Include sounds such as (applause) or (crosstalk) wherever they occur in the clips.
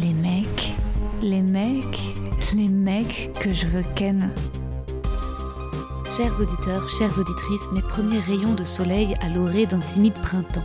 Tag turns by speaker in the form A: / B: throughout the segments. A: Les mecs, les mecs, les mecs que je veux ken. Chers auditeurs, chères auditrices, mes premiers rayons de soleil à l'orée d'un timide printemps.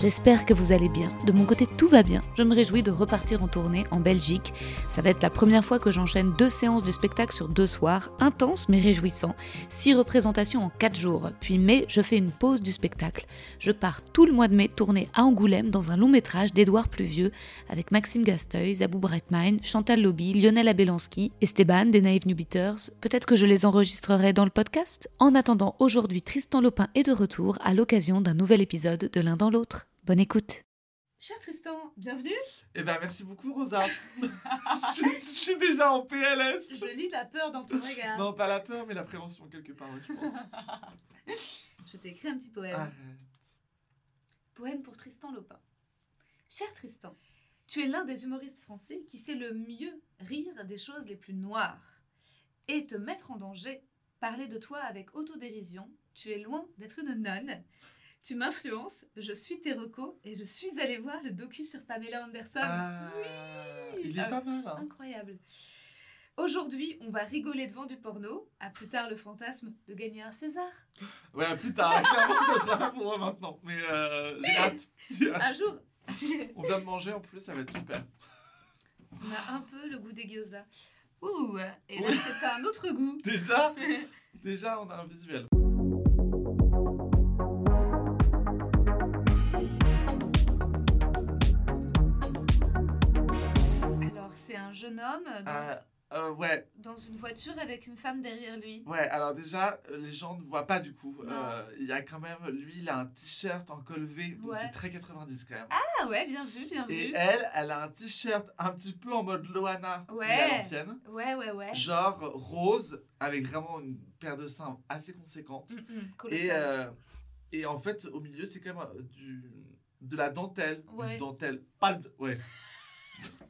A: J'espère que vous allez bien. De mon côté, tout va bien. Je me réjouis de repartir en tournée en Belgique. Ça va être la première fois que j'enchaîne deux séances du spectacle sur deux soirs, intenses mais réjouissants. Six représentations en quatre jours. Puis mai, je fais une pause du spectacle. Je pars tout le mois de mai tourner à Angoulême dans un long métrage d'Édouard Pluvieux avec Maxime Gasteuil, Zabou Bretmine, Chantal Lobby, Lionel Abelanski, Esteban des Naive New Beaters. Peut-être que je les enregistrerai dans le podcast. En attendant, aujourd'hui, Tristan Lopin est de retour à l'occasion d'un nouvel épisode de l'un dans l'autre. Bonne écoute.
B: Cher Tristan, bienvenue.
C: Eh ben merci beaucoup Rosa. (laughs) je, je suis déjà en PLS.
B: Je lis la peur dans ton regard.
C: (laughs) Non, pas la peur, mais l'appréhension quelque part, oui, je
B: (laughs)
C: pense. Ah,
B: Je t'ai écrit un petit poème.
C: Arrête.
B: Poème pour Tristan Lopin. Cher Tristan, tu es l'un des humoristes français qui sait le mieux rire des choses les plus noires et te mettre en danger. Parler de toi avec autodérision, tu es loin d'être une nonne. Tu m'influences, je suis tes recos et je suis allée voir le docu sur Pamela Anderson.
C: Ah,
B: Euh, Oui.
C: Il est
B: Ah,
C: pas mal. hein.
B: Incroyable. Aujourd'hui, on va rigoler devant du porno. À plus tard, le fantasme de gagner un César.
C: Ouais, plus tard, hein, clairement, ça sera pas pour moi maintenant. Mais euh, j'ai hâte. J'ai hâte.
B: Un jour,
C: On vient de manger en plus, ça va être super.
B: on a un peu le goût des gyoza. Ouh, et là, c'est un autre goût.
C: Déjà, déjà, on a un visuel.
B: (laughs) Alors, c'est un jeune homme dans,
C: Euh, euh, ouais,
B: dans une voiture avec une femme derrière lui.
C: ouais. Alors déjà, euh, les gens ne voient pas du coup.
B: Non.
C: Euh, Il y a quand même, lui, il a un t-shirt en col V, donc
B: Ouais.
C: c'est très 90 quand même.
B: Ah ouais, bien vu, bien
C: Et
B: vu.
C: elle, elle a un t-shirt un petit peu en mode Loana, mais à
B: Ouais.
C: l'ancienne.
B: Ouais, ouais, ouais.
C: genre rose avec vraiment une paire de seins assez conséquente.
B: Mm, mm,
C: Et,
B: colossal.
C: euh, et en fait, au milieu, c'est quand même euh, du, de la dentelle. Une
B: Ouais.
C: dentelle. Pas, de- ouais. (laughs)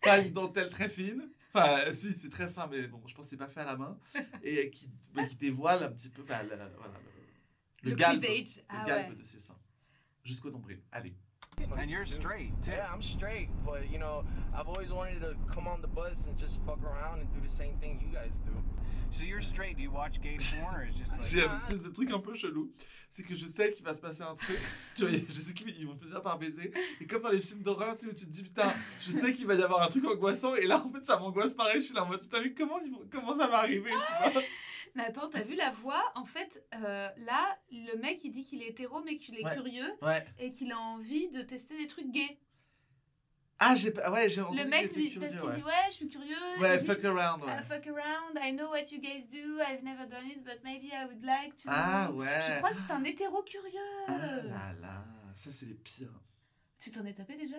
C: pas une dentelle très fine. Enfin, euh, si, c'est très fin, mais bon, je pense que c'est pas fait à la main. Et euh, qui, bah, qui dévoile un petit peu bah, le, voilà, le- le
B: Le
C: galbe,
B: cleavage.
C: le
B: Ah
C: galbe
B: ouais.
C: de ses seins. Jusqu'au nombril. Allez.
D: And you're straight, too.
E: Yeah, I'm straight, but you know, I've always wanted to come on the bus and just fuck around and do the same thing you guys do.
D: So you're straight. Do you
E: (laughs)
D: watch gay porn or is it just
C: J'ai
D: like
C: un espèce de truc un peu chelou. C'est que je sais qu'il va se passer un truc. (laughs) Tu vois, je sais qu'ils vont finir par baiser. Et comme dans les films d'horreur, tu sais, où tu te dis putain, je sais qu'il va y avoir un truc angoissant. Et là, en fait, ça m'angoisse pareil. Je suis là en mode putain, mais comment, ils vont- comment ça va arriver tu vois
B: Mais attends, t'as vu la voix En fait, euh, là, le mec, il dit qu'il est hétéro, mais qu'il est
C: Ouais.
B: curieux
C: Ouais.
B: et qu'il a envie de tester des trucs gays.
C: Ah, j'ai pas. Ouais, j'ai entendu
B: Le
C: qu'il
B: mec,
C: était
B: lui,
C: curieux,
B: parce qu'il
C: ouais.
B: dit ouais, je suis curieux.
C: Ouais,
B: il dit,
C: fuck around. Ouais.
B: Uh, fuck around, I know what you guys do, I've never done it, but maybe I would like to.
C: Ah, ouais.
B: Je crois que c'est euh, un hétéro curieux.
C: Ah là là, ça c'est les pires.
B: Tu t'en es tapé déjà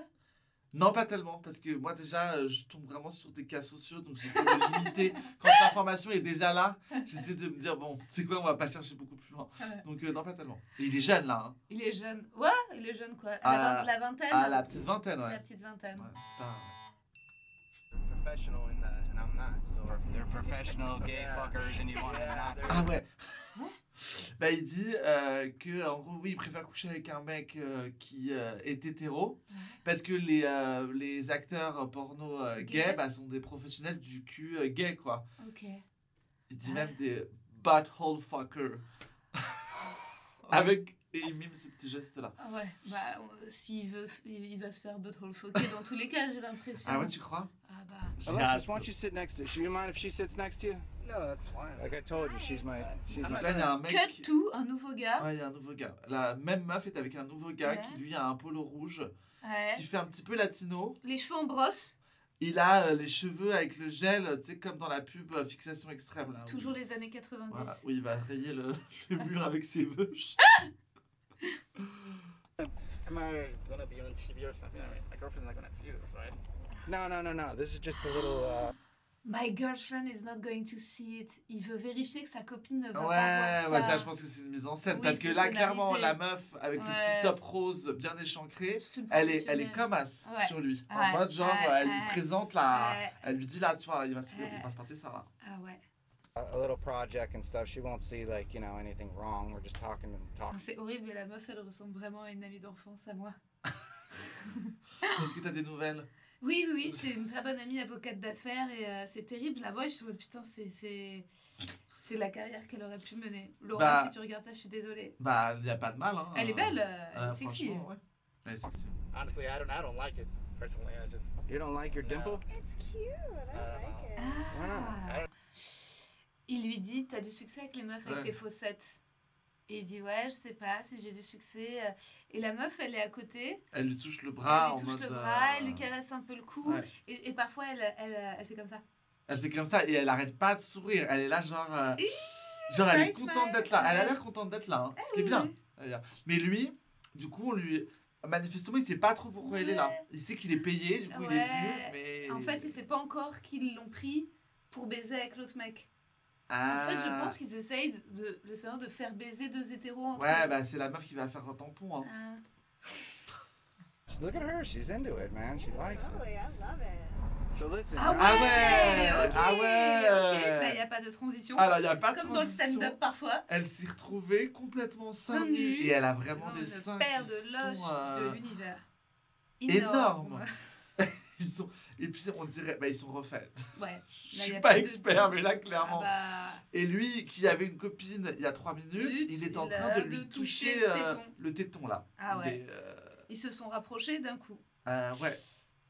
C: Non, pas tellement, parce que moi déjà, euh, je tombe vraiment sur des cas sociaux, donc j'essaie de
B: (laughs)
C: limiter. Quand l'information est déjà là, j'essaie de me dire, bon, tu sais quoi, on va pas chercher beaucoup plus loin.
B: Ouais.
C: Donc euh, non, pas tellement. Et il est jeune là, hein.
B: Il est jeune. Ouais, il est jeune quoi. La,
C: Ah,
B: vingt- la vingtaine. hein.
C: à la petite vingtaine,
B: La
C: ouais.
B: petite vingtaine.
C: Ouais, c'est pas...
E: Professional in that, and I'm not. So
D: they're professional gay
E: Yeah.
D: fuckers and you want
E: (laughs)
D: to
E: Yeah,
D: knock
E: they're-
C: Ah ouais (laughs) Bah il dit euh, que en gros oui il préfère coucher avec un mec euh, qui euh, est hétéro parce que les, euh, les acteurs porno euh,
B: Gay.
C: gays bah, sont des professionnels du cul euh, gay quoi.
B: Ok.
C: (laughs) Il dit même des butthole fuckers. Avec Et il mime ce petit geste-là.
B: Ah ouais, bah, euh, s'il veut, f- il il va se faire butthole fucker dans tous les cas, j'ai l'impression.
C: Ah ouais, tu crois
B: Ah bah,
D: Alexis, why don't you sit next to Do you mind if she sits next to you? No, that's fine. Like I told you, she's my. She's
C: Donc
D: my.
C: Là, il y a un mec.
B: cut
C: qui-
B: tout, un nouveau gars.
C: Ouais, il y a un nouveau gars. La même meuf est avec un nouveau gars
B: Ouais.
C: qui, lui, a un polo rouge,
B: Ouais.
C: qui fait un petit peu latino.
B: Les cheveux en brosse,
C: Il a euh, les cheveux avec le gel, tu sais, comme dans la pub euh, Fixation Extrême. Là, où-
B: toujours les années 90.
C: Voilà, où il va rayer le, (laughs) le mur avec ses vœux.
E: Am I gonna be on TV or something? I mean, my girlfriend's not gonna see this, right?
D: No, no, no, no. This is just a little. Uh,
B: My girlfriend is not going to see it. Il veut vérifier que sa copine ne va
C: Ouais,
B: pas voir
C: ouais, ça, je pense que c'est une mise en scène.
B: Oui,
C: parce que
B: c'est
C: là, clairement,
B: scénarisé.
C: la meuf avec le
B: Ouais.
C: petit top rose bien échancré,
B: C'est une
C: elle est, elle est
B: professionnelle.
C: comme as
B: Ouais.
C: sur lui.
B: Ouais.
C: En mode, genre,
B: Ouais.
C: elle lui présente la.
B: Ouais.
C: Elle lui dit là, tu vois, il va, se-
B: Ouais.
C: il va se passer ça là.
B: Ah ouais.
D: a little project and stuff. She won't see like you know anything wrong. We're just talking and
B: Putain,
D: talking.
B: C'est horrible, mais la meuf, elle ressemble vraiment à une amie d'enfance à moi.
C: Est-ce que t'as des nouvelles
B: Oui, oui, oui, c'est une très bonne amie avocate d'affaires et euh, c'est terrible. Je La voix, je suis, putain, c'est- c'est c'est la carrière qu'elle aurait pu mener. Laura,
C: Bah.
B: si tu regardes ça, je suis désolée.
C: Bah, il n'y a pas de mal. Hein.
B: Elle est belle, euh, elle
C: Euh,
B: est sexy.
C: franchement, ouais. Elle est sexy.
E: Honestly, I don't, I don't like it personally. I just,
D: You don't like your dimple?
F: It's cute. I like it.
B: Ah. Il lui dit T'as du succès avec les meufs avec
C: Ouais.
B: tes faussettes. Et il dit Ouais, je sais pas si j'ai du succès. euh. Et la meuf, elle est à côté.
C: Elle lui touche le bras
B: elle lui
C: Ah, en
B: touche
C: mode.
B: le bras, elle
C: euh,
B: lui caresse un peu le cou.
C: ouais.
B: Et, et parfois, elle, elle, elle fait comme ça.
C: Elle fait comme ça et elle arrête pas de sourire. Elle est là, genre. euh, genre, elle est
B: nice
C: contente
B: smile. Eh
C: d'être là. Elle a l'air contente d'être là, hein, ce qui est
B: oui,
C: bien.
B: oui.
C: d'ailleurs. Mais lui, du coup, on lui. Manifestement, il sait pas trop pourquoi il est là.
B: Ouais.
C: Il sait qu'il est payé, du coup, il
B: Ouais.
C: est venu. Mais...
B: En fait, il sait pas encore qu'ils l'ont pris pour baiser avec l'autre mec.
C: Ah.
B: En fait, je pense qu'ils essayent de, de- le cerveau de faire baiser deux hétéros entre
C: Ouais,
B: eux.
C: bah, c'est la meuf qui va faire un tampon. hein.
B: Ah.
D: Look at her. She's into it, man. She likes it.
F: Totally, I love it.
D: So listen.
B: Ah ouais,
C: Ah ouais,
B: ok,
C: ah ouais.
B: ok. Bah, il n'y a pas de transition.
C: Alors, il n'y a pas de
B: Comme dans le
C: transition.
B: stand-up parfois.
C: Elle s'est retrouvée complètement seins
B: Seins nus.
C: nus. Et elle a vraiment
B: Dans
C: des seins
B: une
C: qui
B: paire de
C: sont,
B: loches
C: euh,
B: de l'univers.
C: énormes. (laughs) ils sont... Et puis, on dirait... Bah, ils sont refaits.
B: (laughs) Ouais.
C: (laughs) Je
B: Là, y
C: suis
B: a
C: pas
B: plus de
C: expert,
B: doute.
C: mais là,
B: Ah
C: clairement.
B: bah,
C: Et lui, qui avait une copine il y a 3 minutes,
B: Minutes,
C: il est en
B: il a
C: train de
B: de
C: lui
B: toucher
C: toucher
B: le
C: euh,
B: téton.
C: le téton, là.
B: Ah ouais.
C: Des, euh,
B: ils se sont rapprochés d'un coup.
C: euh, ouais.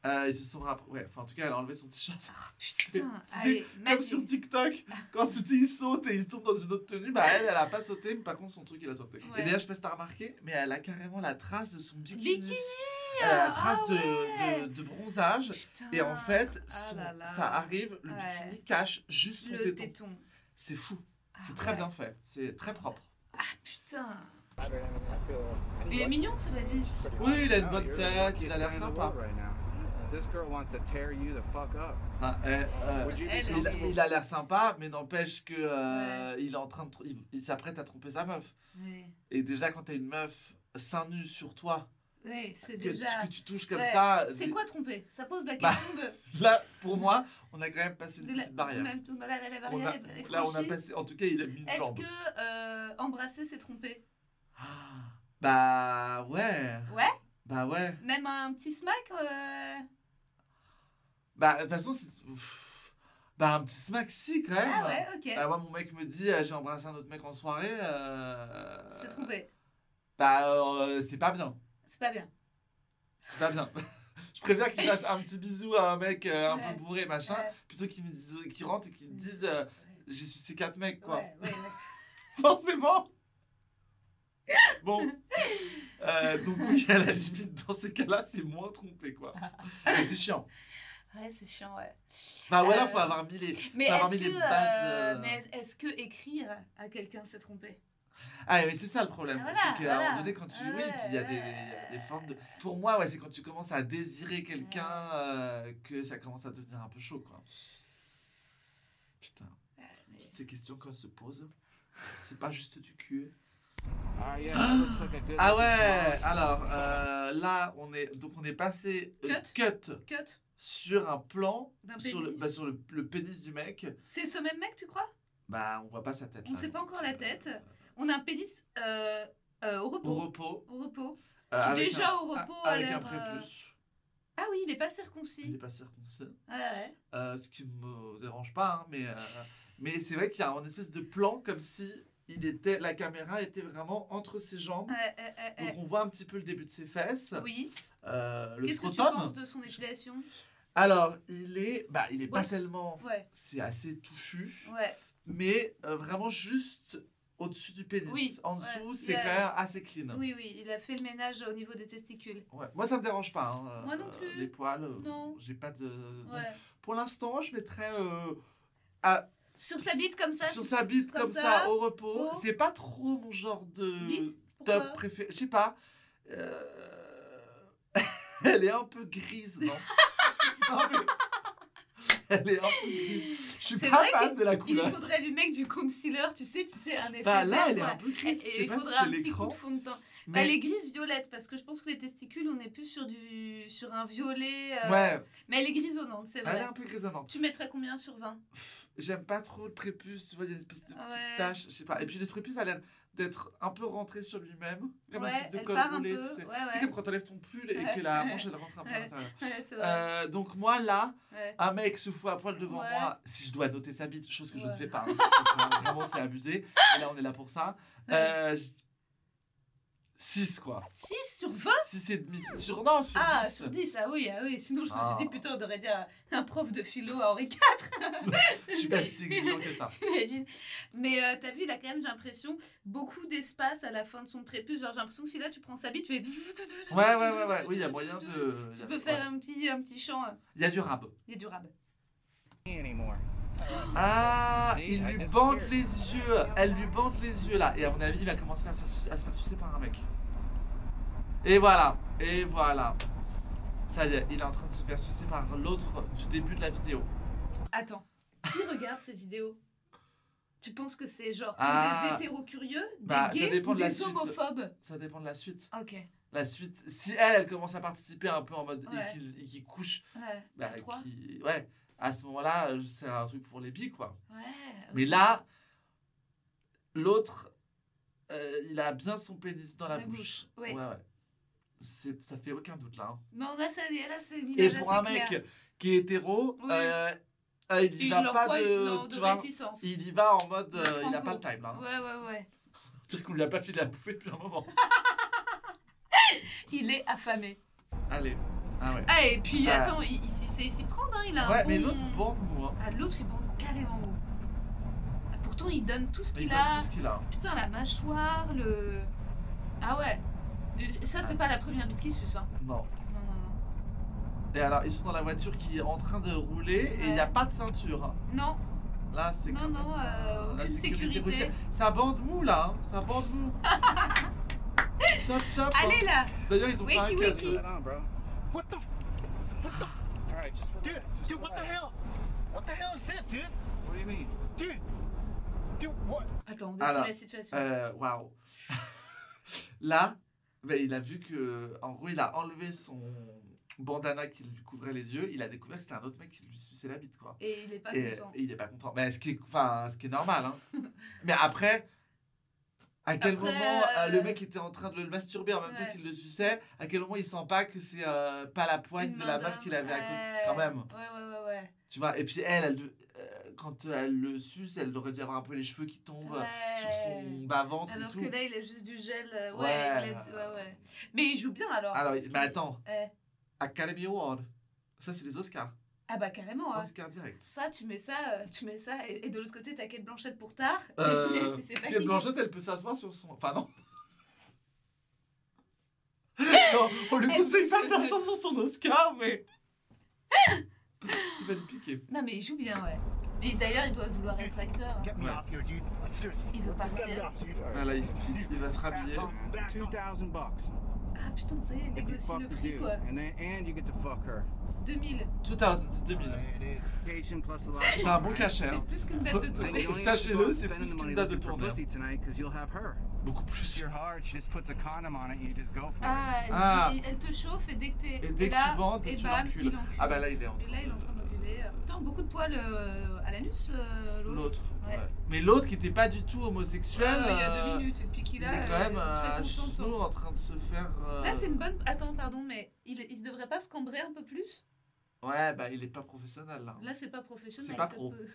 C: Euh, ils se sont rapprochés. Ouais, enfin, en tout cas, elle a enlevé son t-shirt.
B: Ah, Putain,
C: (laughs) c'est
B: allez,
C: Comme
B: magique.
C: sur TikTok, quand tu dis, il saute et il tombe dans une autre tenue, bah elle, elle a pas sauté, mais par contre, son truc, il a sauté.
B: Ouais.
C: Et d'ailleurs, je sais pas si t'as remarqué, mais elle a carrément la trace de son bikini.
B: Bikini
C: Elle a la
B: ah
C: Euh, trace de-
B: ouais.
C: de, de bronzage. Et en fait,
B: Ah
C: son-
B: là là.
C: ça arrive, le
B: Ouais.
C: bikini cache juste son
B: le
C: téton.
B: téton.
C: C'est fou. C'est
B: Ah
C: très
B: ouais.
C: bien fait. C'est très propre.
B: Putain.
E: I mean, I feel.
B: Il est mignon, cela dit.
E: pretty
C: Oui, il a une
D: No,
C: bonne
D: you're the
C: tête,
D: luckiest
C: il a
D: man
C: l'air
D: in the
C: sympa.
D: world right now. This girl wants to tear you the fuck up.
C: Ah, euh, euh,
D: Would you be
B: Elle est-
C: il,
D: comfortable?
C: il a l'air sympa, mais n'empêche que euh, il est en train de, tr- il, il s'apprête à tromper sa meuf.
B: Ouais,
C: Et déjà, quand t'as une meuf seins nus sur toi,
B: Ouais, c'est
C: que,
B: déjà.
C: tu- que tu touches comme
B: Ouais.
C: ça,
B: C'est quoi tromper Ça pose la
C: Bah,
B: question de.
C: Là, pour moi, on a quand même passé une
B: de la,
C: petite barrière.
B: on a- on a- la, la- la
C: On
B: barrière
C: a-
B: est- est
C: là, on a
B: franchie.
C: passé. En tout cas, il a mis une
B: Est-ce
C: jambe.
B: que euh, embrasser, c'est tromper
C: Ah, Bah ouais.
B: Ouais
C: Bah ouais.
B: Même un petit smack euh,
C: Bah de toute façon, c'est. Pff. Bah un petit smack, si quand même.
B: Ah ouais, ok.
C: Bah, moi, mon mec me dit, euh, j'ai embrassé un autre mec en soirée. euh,
B: C'est trompé.
C: Bah, euh, c'est pas bien.
B: C'est pas bien.
C: C'est pas bien. (laughs) Je préfère qu'il fasse un petit bisou à un mec euh, un
B: Ouais.
C: peu bourré, machin,
B: Ouais.
C: plutôt qu'il me dise, qu'il rentre et qu'il me dise, euh, j'ai sucé quatre mecs, quoi.
B: Ouais, ouais, ouais.
C: (laughs) Forcément. Bon. Euh, donc oui, à la limite, dans ces cas-là, c'est moins trompé,
B: (laughs)
C: quoi. Mais c'est chiant.
B: Ah Ouais, c'est chiant, ouais.
C: Bah voilà,
B: Euh,
C: faut avoir mis les...
B: Mais
C: Faut avoir
B: est-ce
C: mis
B: que,
C: les bases,
B: euh,
C: euh,
B: mais est- est-ce que écrire à quelqu'un, c'est tromper
C: Ah mais c'est ça le problème,
B: Voilà,
C: c'est qu'à un
B: voilà.
C: moment donné, quand tu dis oui,
B: Ouais,
C: il y a des,
B: ouais.
C: il y a des formes de... Pour moi, ouais, c'est quand tu commences à désirer quelqu'un euh, que ça commence à devenir un peu chaud, quoi. Putain, toutes ces questions qu'on se pose, c'est pas juste du cul.
D: All right, yeah, that looks like a good
C: Ah
D: looking
C: ouais,
D: smile.
C: alors euh, là, on est, donc on est passé euh, cut
B: Cut
C: sur un plan
B: d'un
C: sur, le,
B: pénis.
C: bah, sur le, le pénis du mec.
B: C'est ce même mec, tu crois
C: Bah, on voit pas sa tête.
B: On
C: là,
B: sait
C: donc,
B: pas encore la
C: euh,
B: tête. On a un pénis euh, euh, au
C: Au
B: repos.
C: repos.
B: Au repos.
C: euh, avec
B: Déjà
C: un-
B: au repos,
C: a-
B: à
C: Avec un
B: l'air, euh,
C: prépuce.
B: Ah oui, il n'est pas
C: Il est
B: circoncis.
C: pas circoncis.
B: Ouais, ouais.
C: Euh, ce qui me dérange pas, hein, mais, euh, mais c'est vrai qu'il y a un espèce de plan comme si il était, la caméra était vraiment entre ses jambes.
B: Euh, euh, euh,
C: Donc on voit un petit peu Oh. le début de ses fesses,
B: euh, oui.
C: euh, le
B: Qu'est-ce que tu
C: scrotum.
B: penses de son épilation
C: Alors il est, bah il est pas
B: Ouais.
C: tellement,
B: Ouais,
C: c'est assez touffu,
B: ouais.
C: mais euh, vraiment juste au-dessus du pénis.
B: Oui,
C: en
B: ouais.
C: dessous,
B: Il
C: c'est
B: y a-
C: quand même assez clean.
B: Oui, oui, il a fait le ménage au niveau des testicules.
C: Ouais. Moi ça me dérange pas. hein,
B: Moi non
C: euh,
B: plus.
C: Les poils. euh,
B: Non.
C: J'ai pas de. de-
B: Ouais.
C: Pour l'instant, je mettrais euh,
B: Sur sa bite comme ça
C: sur sa bite comme,
B: comme
C: ça,
B: ça,
C: au repos.
B: haut.
C: C'est pas trop mon genre de
B: Bite Pourquoi
C: top préféré. Je sais pas. Euh, (laughs) Elle est un peu grise, non (laughs) Non, mais- Elle est un peu grise. Je suis
B: C'est
C: pas
B: vrai
C: fan de
B: (laughs)
C: la
B: Il
C: couleur.
B: faudrait lui mettre du concealer, tu sais, tu sais, un effet
C: Bah là,
B: vert,
C: elle est
B: quoi.
C: un peu
B: Et-
C: grise. Je
B: et
C: sais
B: il
C: pas si
B: faudrait
C: c'est
B: un petit coup
C: l'écran.
B: de fond de teint.
C: mais-
B: Elle est grise violette parce que je pense que les testicules, on est plus sur du sur un violet. euh,
C: Ouais,
B: Mais elle est grisonnante, c'est
C: elle est
B: vrai.
C: un peu grisonnante.
B: Tu mettrais combien sur 20
C: J'aime pas trop le prépuce, tu vois, il y a une espèce de
B: Ouais.
C: petite tache, je sais pas. Et puis le prépuce a l'air d'être un peu rentré sur lui-même, comme
B: Ouais,
C: une espèce de
B: elle
C: col
B: part un
C: roulé,
B: peu.
C: tu sais.
B: Ouais,
C: C'est
B: ouais.
C: comme quand t'enlèves ton pull et que la manche elle rentre un peu à
B: Ouais.
C: l'intérieur.
B: Ouais, c'est vrai.
C: Euh, donc moi là,
B: Ouais.
C: un mec se fout à poil devant
B: Ouais.
C: moi, si je dois noter sa bite, chose que je ne
B: Ouais.
C: fais pas, hein, parce que vraiment, vraiment c'est abusé, et là on est là pour ça.
B: Ouais.
C: euh, 6 quoi.
B: 6 sur 20
C: 6 et demi. Sur, non, sur
B: Ah,
C: 10.
B: sur 10, ah oui, ah oui. Sinon, je me
C: Ah.
B: suis dit, putain, on aurait dit à un prof de philo à Henri IV.
C: Je suis pas si exigeant que ça.
B: (laughs) T'imagines Mais euh, t'as vu, il a quand même, j'ai l'impression, beaucoup d'espace à la fin de son prépuce. Genre, j'ai l'impression que si là, tu prends sa bite, tu fais...
C: Ouais, ouais, ouais, ouais. Oui, il y a moyen de...
B: Tu
C: il y a-
B: peux faire
C: ouais.
B: un petit, un petit chant. euh,
C: Il y a du rab.
B: Il est durable.
D: anymore.
C: Ah,
D: See,
C: il
D: I
C: lui
D: just
C: bande
D: heard.
C: les yeux. Elle lui bande les yeux là. Et à mon avis, il va commencer à se faire, à se faire sucer par un mec. Et voilà, et voilà. Ça y est, il est en train de se faire sucer par l'autre du début de la vidéo.
B: Attends,
C: (laughs)
B: qui regarde cette vidéo Tu penses que c'est genre pour
C: Ah.
B: des hétéros curieux, des
C: Bah, ça
B: gays
C: dépend
B: ou
C: de la
B: des
C: suite.
B: homophobes
C: Ça dépend de la suite.
B: Ok,
C: La suite, si elle, elle commence à participer un peu en mode
B: Ouais.
C: et qu'il- et qu'il couche,
B: ouais,
C: bah,
B: à trois.
C: qu'il- ouais, à ce moment-là, euh, c'est un truc pour les billes quoi.
B: Ouais,
C: Mais là, l'autre, euh, il a bien son pénis dans la,
B: La
C: bouche.
B: bouche, oui.
C: Ouais, ouais. C'est- Ça fait aucun doute là. hein.
B: non, là, c'est là, c'est une
C: Et
B: image
C: pour
B: assez
C: un mec
B: claire.
C: qui est hétéro,
B: Oui.
C: euh, euh, il y
B: il
C: va
B: leur
C: pas
B: croit
C: de,
B: une- non,
C: tu
B: de
C: vois,
B: réticence.
C: il y va en mode,
B: Non,
C: euh, il a
B: franco.
C: pas le time là.
B: Ouais, ouais, ouais.
C: C'est qu'on lui a pas filé à bouffer depuis un moment.
B: Il est affamé.
C: Allez, ah ouais.
B: Ah, et puis,
C: Ouais.
B: attends, il, il, sait- il s'y prend, hein, il a un
C: ouais,
B: bon...
C: mais l'autre bande mou, hein.
B: Ah, l'autre, il bande carrément mou. Ah, Pourtant, il donne tout ce
C: Il
B: qu'il
C: donne
B: a.
C: tout ce qu'il a. hein.
B: Putain, la mâchoire, le... Ah ouais. Ça,
C: Ah.
B: c'est pas la première bite qui suce, hein.
C: Non.
B: Non, non, non.
C: Et alors, ils sont dans la voiture qui est en train de rouler et il n'y a
B: Ouais.
C: pas de ceinture. hein.
B: Non,
C: Là, c'est
B: Non,
C: quand
B: non,
C: même,
B: euh,
C: la
B: aucune sécurité.
C: routière. Ça bande mou là, hein. ça bande
B: (laughs)
C: mou. chop chop. hein.
B: allez là
C: D'ailleurs, ils ont fait
B: Wiki,
C: un cut.
B: wiki.
D: That on, bro.
E: What the? F-
D: All right, just relax.
E: dude,
D: just
E: dude, what the
D: relax.
E: hell? What the hell is this, dude?
D: What do you mean?
E: Dude, dude, what?
B: Attends, on
C: Alors,
B: décrit la situation.
C: Euh, Waouh. (laughs) Là, ben, il a vu que, en gros, il a enlevé son bandana qui lui couvrait les yeux. Il a découvert que c'était un autre mec qui lui suçait la bite, quoi.
B: Et il est pas
C: et,
B: content.
C: et il est pas content. Mais ce qui est, enfin, ce qui est
B: (laughs)
C: normal. hein. Mais après, à quel
B: Après,
C: moment euh,
B: euh,
C: le mec était en train de le masturber en même temps
B: Ouais.
C: qu'il le suçait À quel moment il sent pas que c'est euh, pas la poigne
B: Une
C: de la
B: main
C: meuf qu'il avait à côté,
B: d'homme,
C: quand même
B: Ouais, ouais, ouais, ouais.
C: Tu vois Et puis elle, elle de- euh, quand elle le suce, elle aurait dû avoir un peu les cheveux qui tombent euh,
B: Ouais.
C: sur son bas-ventre et
B: Alors
C: tout.
B: que là, il a juste du gel. euh, Ouais,
C: Ouais.
B: il a- ouais, ouais. Mais il joue bien alors.
C: Alors,
B: parce
C: il-
B: qu'il-
C: mais attends,
B: Eh.
C: Academy Award, ça c'est les Oscars.
B: Ah bah carrément. hein.
C: Oscar direct.
B: Ça, tu mets ça, euh, tu mets ça, et, et de l'autre côté, t'as Kate Blanchette pour tard. (laughs)
C: Euh,
B: Et c'est pas
C: Kate
B: fini.
C: Blanchette, elle peut s'asseoir sur son. Enfin,
B: (laughs)
C: non. non, on lui
B: Elle
C: conseille pas de
B: peut-
C: s'asseoir sur son Oscar,
B: (laughs)
C: mais. il va le piquer.
B: Non, mais il joue bien, ouais. Et d'ailleurs, il doit vouloir être acteur. hein.
D: Get me
C: Ouais.
D: off here, dude. Seriously.
B: Il veut
D: Just let me
B: partir.
D: off, dude. All
C: Ah,
D: right.
C: là, il, il- il va se rhabiller.
D: Back Two thousand bucks.
B: Ah putain, ça y est, il
D: If you
B: négocie
D: fuck
B: le
D: the
B: prix,
D: dude,
B: quoi.
D: and then and you get to fuck her.
B: 2000.
C: 2000, c'est 2000.
D: Vacation plus a lot.
C: C'est un bon cachet.
B: C'est
C: hein.
B: plus qu'une date de
C: Re- (laughs)
B: tournée.
C: Sachez-le, c'est plus qu'une date de tournée. hein. Beaucoup
D: If
C: plus.
D: you're hard, she just puts a condom on it and you just go for it.
B: Ah, elle,
C: Ah.
B: elle te chauffe et dès que t'es.
C: Et dès que
B: là,
C: tu bandes,
B: et
C: tu
B: bam, il
C: l'encules.
B: encule.
C: Ah, bah là, il est en
B: Et là, il est en train
C: train de-
B: d'enculer. Putain, beaucoup de poils euh, à l'anus, euh, l'autre.
C: L'autre.
B: Ouais.
C: ouais. Mais l'autre qui était pas du tout
B: Ouais,
C: homosexuel.
B: ouais, il y a
C: euh,
B: deux minutes. Et puis qu'il
C: Il
B: a.
C: est quand même
B: euh,
C: à
B: très consentant.
C: genoux en train de se faire. euh,
B: Là, c'est une bonne. Attends, pardon, mais il, il se devrait pas se cambrer un peu plus
C: Ouais, bah il est pas professionnel là.
B: Là, c'est pas professionnel.
C: C'est pas
B: ça
C: pro.
B: peut-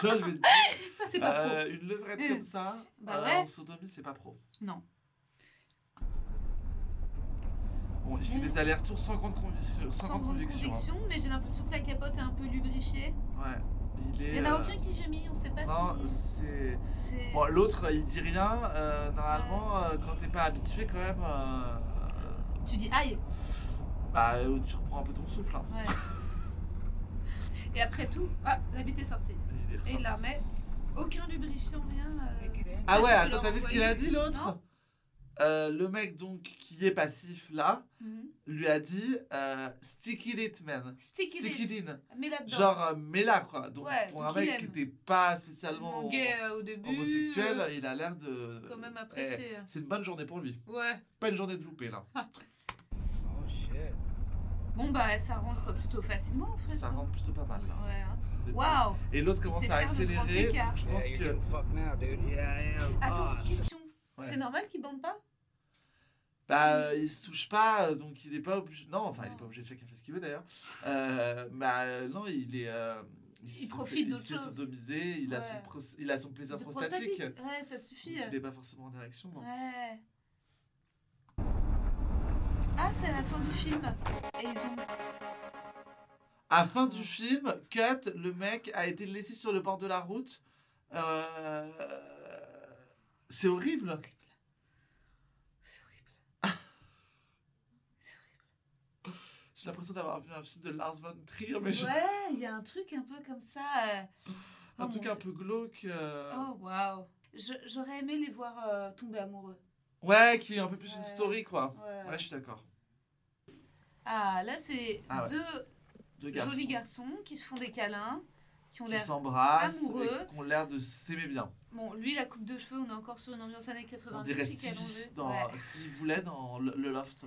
C: ça, je vais te dire.
B: (laughs) Ça, c'est pas
C: Euh, une levrette
B: Euh, (laughs)
C: comme ça,
B: bah
C: euh,
B: ouais.
C: en sodomie, c'est pas pro.
B: Non.
C: Bon, il fait
B: Mmh.
C: des allers-retours sans grande, conviction, sans
B: pro.
C: grande conviction. hein.
B: mais j'ai l'impression que la capote est un peu lubrifiée.
C: Ouais. Il est.
B: Il y en a
C: euh,
B: aucun qui gémit, on sait pas
C: Non,
B: si.
C: c'est.
B: c'est-
C: Bon, l'autre, il dit rien. euh, normalement, euh, quand t'es pas habitué, quand même. euh, euh,
B: Tu dis aïe.
C: bah, euh, tu reprends un peu ton souffle. hein. (laughs)
B: Ouais. (laughs) Et après tout, ah, la bite est sortie.
C: Il est
B: Et il la
C: ressorti.
B: remet. Aucun lubrifiant, rien. euh,
C: Ah ouais,
B: de
C: attends,
B: leur
C: t'as vu ce qu'il a
B: envoyer.
C: dit l'autre
B: Non.
C: Euh, Le mec donc qui est passif là
B: Mhm.
C: lui a dit euh, stick it, it, man.
B: Stick it,
C: Stick
B: in.
C: it in.
B: Mais là-dedans.
C: Genre, euh, mets-la quoi. Donc,
B: Ouais,
C: pour
B: donc
C: un
B: il
C: mec qui
B: aime.
C: était pas spécialement
B: Mon gay euh, au début.
C: homosexuel,
B: euh,
C: il a l'air de.
B: Quand même
C: Eh,
B: apprécié. Ah,
C: C'est une bonne journée pour lui.
B: Ouais.
C: Pas une journée de loupé là.
D: Oh shit.
B: Bon, bah, ça rentre plutôt facilement en fait. hein.
C: Ça rentre plutôt pas mal là.
B: Ouais. hein.
C: Et-
B: Waouh!
C: Et l'autre
B: Il
C: commence
B: sait
C: à
B: faire le grand
C: accélérer.
B: écart.
C: donc je pense
D: yeah, you're
C: que.
D: getting fucked now, dude. Yeah, I am.
B: Attends,
D: Ah,
B: question.
C: Ouais.
B: C'est normal qu'il bande pas
C: Bah, euh, il se touche pas, euh, donc il est pas obligé. Non, enfin, il est
B: Non.
C: pas obligé de chacun fait ce qu'il veut d'ailleurs. Euh, bah, euh, non, il est. euh,
B: Il
C: se
B: profite
C: fait- Il
B: d'autre
C: se fait
B: chose.
C: sodomiser, il, a son
B: Ouais.
C: pros- il a son plaisir
B: Du
C: prostatique.
B: prostatique. Ouais, ça
C: Donc,
B: suffit.
C: il est pas forcément en érection. non.
B: Ouais. Ah, c'est à la fin du film. Et ils ont.
C: À fin du film, Cut, le mec a été laissé sur le bord de la route. Euh, C'est horrible.
B: C'est horrible.
C: J'ai l'impression d'avoir vu un film de Lars von Trier, mais je-
B: Ouais, il y a un truc un peu comme ça. euh,
C: un
B: oh
C: truc
B: mon
C: un
B: Dieu.
C: peu glauque. euh,
B: Oh, waouh. Je- J'aurais aimé les voir euh, tomber amoureux.
C: Ouais, qui est un peu plus une
B: Oh. Ouais.
C: story, quoi.
B: Ouais.
C: Ouais, je suis d'accord.
B: Ah, là, c'est
C: Ah ouais.
B: deux
C: Deux garçons.
B: jolis garçons qui se font des câlins, qui ont
C: qui
B: l'air.
C: s'embrassent
B: amoureux.
C: et qui ont l'air de s'aimer bien.
B: Bon, lui, la coupe de cheveux, on est encore sur une ambiance années 90.
C: On dirait
B: qui est
C: Stevie,
B: allongée.
C: dans,
B: Ouais.
C: Stevie Boulet dans le, le loft.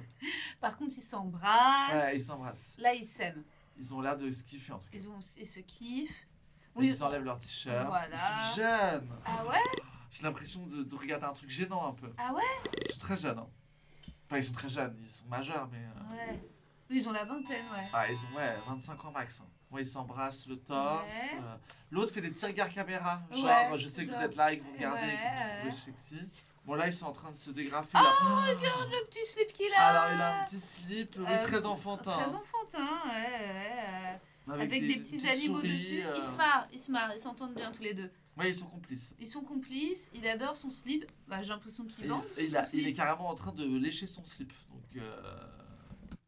B: Par contre, ils
C: Ouais, ils
B: s'embrassent.
C: s'embrassent.
B: Là, ils s'aiment.
C: Ils ont l'air de se kiffer en tout cas.
B: Ils, ont, ils se kiffent.
C: Et
B: Oui.
C: Ils enlèvent leur t-shirt.
B: Voilà.
C: Ils sont jeunes.
B: Ah ouais
C: J'ai l'impression de, de regarder un truc gênant un peu.
B: Ah ouais
C: Ils sont très jeunes. Hein. Enfin, ils sont très jeunes. Ils sont majeurs, mais. euh,
B: Ouais. Oui, Ils ont la vingtaine, ouais.
C: Ah, ils ont ouais, 25 ans max. hein. Ouais, ils s'embrassent le torse.
B: Ouais.
C: euh, L'autre fait des petits regards caméra. Genre,
B: Ouais,
C: je sais que
B: genre-
C: vous êtes là et que vous regardez et que vous
B: Ouais. Oh,
C: trouvez sexy. Bon, là, ils sont en train de se dégrafer. là.
B: Le petit slip qu'il a
C: Ah, Alors, il a un petit slip, oui,
B: Euh,
C: très enfantin.
B: Très
C: hein,
B: enfantin, ouais, ouais, ouais. Avec, des, petits
C: petites
B: animaux
C: souris,
B: dessus.
C: euh,
B: Ils se marrent, ils se marrent, ils s'entendent bien tous les deux.
C: Ouais, ils sont complices.
B: Ils sont complices, il adore son slip. Bah, j'ai l'impression
C: Et-
B: qu'il vend
C: et
B: son
C: il, a- il est
B: slip.
C: carrément en train de lécher son slip. Donc, euh,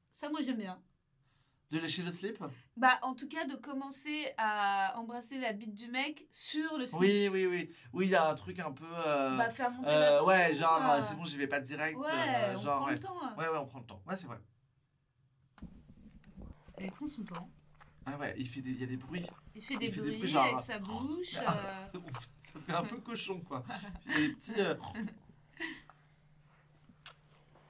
B: Ça, moi, j'aime bien.
C: de lécher le slip
B: Bah, en tout cas, de commencer à embrasser la bite du mec sur le slip.
C: Oui, oui, oui. Oui, il y a un truc un peu. euh,
B: Bah, faire monter
C: euh,
B: l'attention.
C: ouais, genre,
B: quoi.
C: euh, c'est bon, j'y vais pas direct.
B: Ouais,
C: euh,
B: on
C: genre,
B: prend
C: ouais.
B: le temps. hein.
C: ouais, ouais, on prend le temps. Ouais, c'est vrai.
B: Il prend son temps.
C: Ah ouais, il, fait des- il y a des bruits. (laughs)
B: Il fait des
C: Ah, fait des
B: bruits
C: bruits, genre, oh,
B: avec sa bouche. euh,
C: Ça fait un peu cochon, quoi. Il y a des petits.
B: (laughs)
C: euh,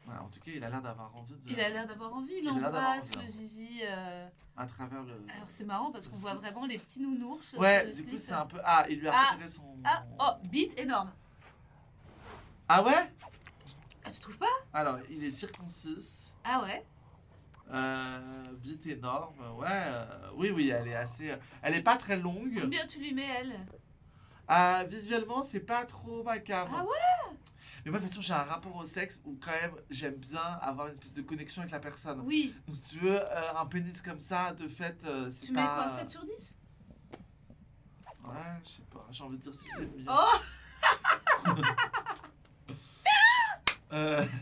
C: ouais, en tout cas, il a l'air d'avoir envie de.
B: Il a l'air d'avoir envie, il
C: Il a l'air d'avoir
B: embrasse
C: envie,
B: le
C: hein.
B: zizi. euh,
C: À travers le.
B: Alors c'est marrant parce qu'on voit vraiment les petits nounours. sur
C: Ouais,
B: le
C: du coup,
B: slip.
C: c'est un peu. Ah, il lui a
B: Ah,
C: retiré son.
B: Ah, oh, bite énorme.
C: Ah ouais
B: Ah, tu trouves pas
C: Alors, il est circoncis,
B: Ah ouais
C: euh, bite énorme, ouais. euh, oui, oui, elle est assez. Elle est pas très longue.
B: Combien tu lui mets, elle
C: Euh, visuellement, c'est pas trop macabre.
B: Ah
C: ouais Mais moi, de toute façon, j'ai un rapport au sexe où, quand même, j'aime bien avoir une espèce de connexion avec la personne.
B: Oui.
C: Donc, si tu veux, euh, un pénis comme ça, de fait, euh, c'est
B: Tu mets
C: pas.
B: quoi 7 sur 10
C: Ouais, je sais pas, j'ai envie de dire 6 et demi.
B: Oh
C: Euh, (laughs)